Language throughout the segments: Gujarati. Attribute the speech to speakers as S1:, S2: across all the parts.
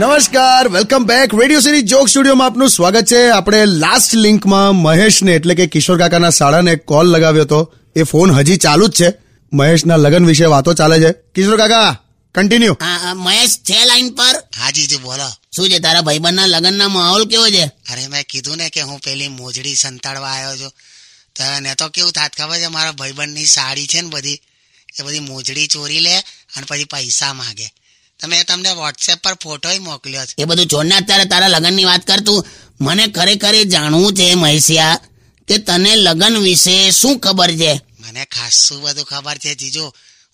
S1: નમસ્કાર welcome back Radio City joke સ્ટુડિયોમાં આપનું સ્વાગત છે આપણે લાસ્ટ લિંકમાં મહેશને એટલે કે કિશોર કાકાના શાળાને કોલ લગાવ્યો હતો એ ફોન હજી ચાલુ જ છે મહેશના લગ્ન વિશે વાતો ચાલે છે કિશોર કાકા કન્ટિન્યુ
S2: હા, હા, મહેશ છે લાઈન પર
S3: હા જીજુ બોલો
S2: શું છે તારા ભાઈબંધના લગ્નના માહોલ કેવો છે
S3: અરે મેં કીધું ને કે હું પેલી મોજડી સંતાડવા આવ્યો છું તો એને તો કેવું થાત ખબર છે મારા ભાઈબંધની સાડી છે ને બધી એ બધી મોજડી ચોરી લે અને પછી પૈસા માગે તો મેં તમને વોટ્સએપ પર ફોટોય મોકલ્યો છે
S2: એ બધું છોડને અત્યારે તારા લગ્નની વાત કર તું મને ખરેખર એ જાણવું છે મહેશિયા કે તને લગ્ન વિશે શું ખબર છે
S3: મને ખાસું બધું ખબર છે જીજુ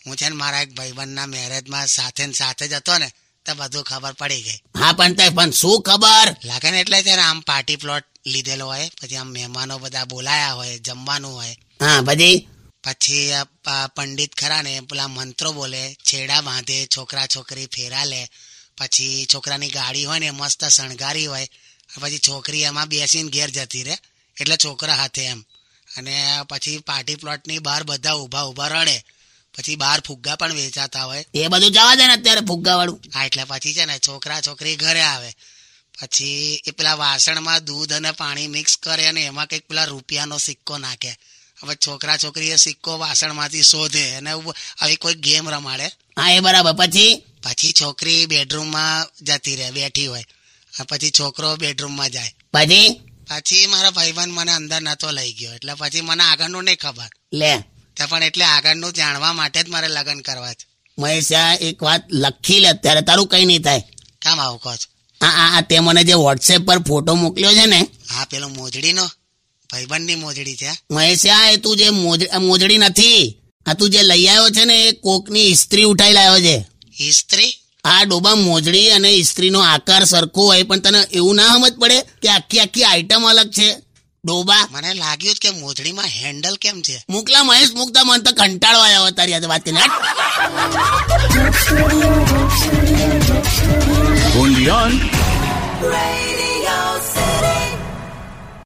S3: હું છે ને મારા એક ભાઈબંધના મેરેજમાં સાથે ને સાથે જ હતો ને તો બધું ખબર પડી ગઈ
S2: હા પણ તે પણ શું ખબર
S3: લાગે ને એટલે છે ને આમ પાર્ટી પ્લોટ લીધેલો હોય પછી આમ મહેમાનો બધા બોલાયા હોય જમવાનું હોય
S2: હા પછી
S3: પછી આ પ- પંડિત ખરા ને પેલા મંત્રો બોલે છેડા બાંધે છોકરા છોકરી ફેરા લે પછી છોકરાની ગાડી હોય ને મસ્ત શણગારી હોય અને પછી છોકરી એમાં બેસીને ઘેર જતી રહે એટલે છોકરા હાથે એમ અને પછી પાર્ટી પ્લોટની બહાર બધા ઊભા ઊભા રડે પછી બહાર ફુગ્ગા પણ વેચાતા હોય
S2: એ બધું જવા દે ને અત્યારે ફુગ્ગા વાળું
S3: હા એટલે પછી છે ને છોકરા છોકરી ઘરે આવે પછી એ પેલા વાસણમાં દૂધ અને પાણી મિક્સ કરે અને એમાં કંઈક પેલા રૂપિયાનો સિક્કો નાખે હવે છોકરા છોકરી એ સિક્કો વાસણમાંથી શોધે અને ઉભ- આવી કોઈ ગેમ રમાડે
S2: હા એ બરાબર પછી
S3: પછી છોકરી બેડરૂમમાં જતી રહે બેઠી હોય અને પછી છોકરો બેડરૂમમાં જાય
S2: પછી
S3: પછી મારા ભાઈબંધ મને અંદર નહોતો લઈ ગયો એટલે પછી મને આગળનું નહીં ખબર
S2: લે
S3: તો પણ એટલે આગળનું જાણવા માટે જ મારે લગ્ન કરવા છે
S2: મહેશિયા એક વાત લખી લે અત્યારે તારું કઈ નહીં થાય
S3: કામ આવું કહો છો
S2: આ આ આ તે મને જે વોટ્સએપ પર ફોટો મોકલ્યો છે ને
S3: હા પેલો મોજડીનો ભાઈબંધની મોજડી છે હા?
S2: મહેશ્યા એ તું જે મોજ- આ મોજડી નથી આ તું જે લઈ આવ્યો છે ને એ કોકની ઇસ્ત્રી ઉઠાઈ લાવ્યો છે
S3: ઇસ્ત્રી
S2: આ ડોબા મોજડી અને ઇસ્ત્રીનો આકાર સરખો હોય પણ તને એવું ના સમજ પડે કે આખી આખી આઈટમ અલગ છે ડોબા
S3: મને લાગ્યું જ કે મોજડીમાં હેન્ડલ કેમ છે
S2: મુકલા મહેશ મુકતા મન તો કંટાળો આવ્યો તારી સાથે વાત કરીને હટ.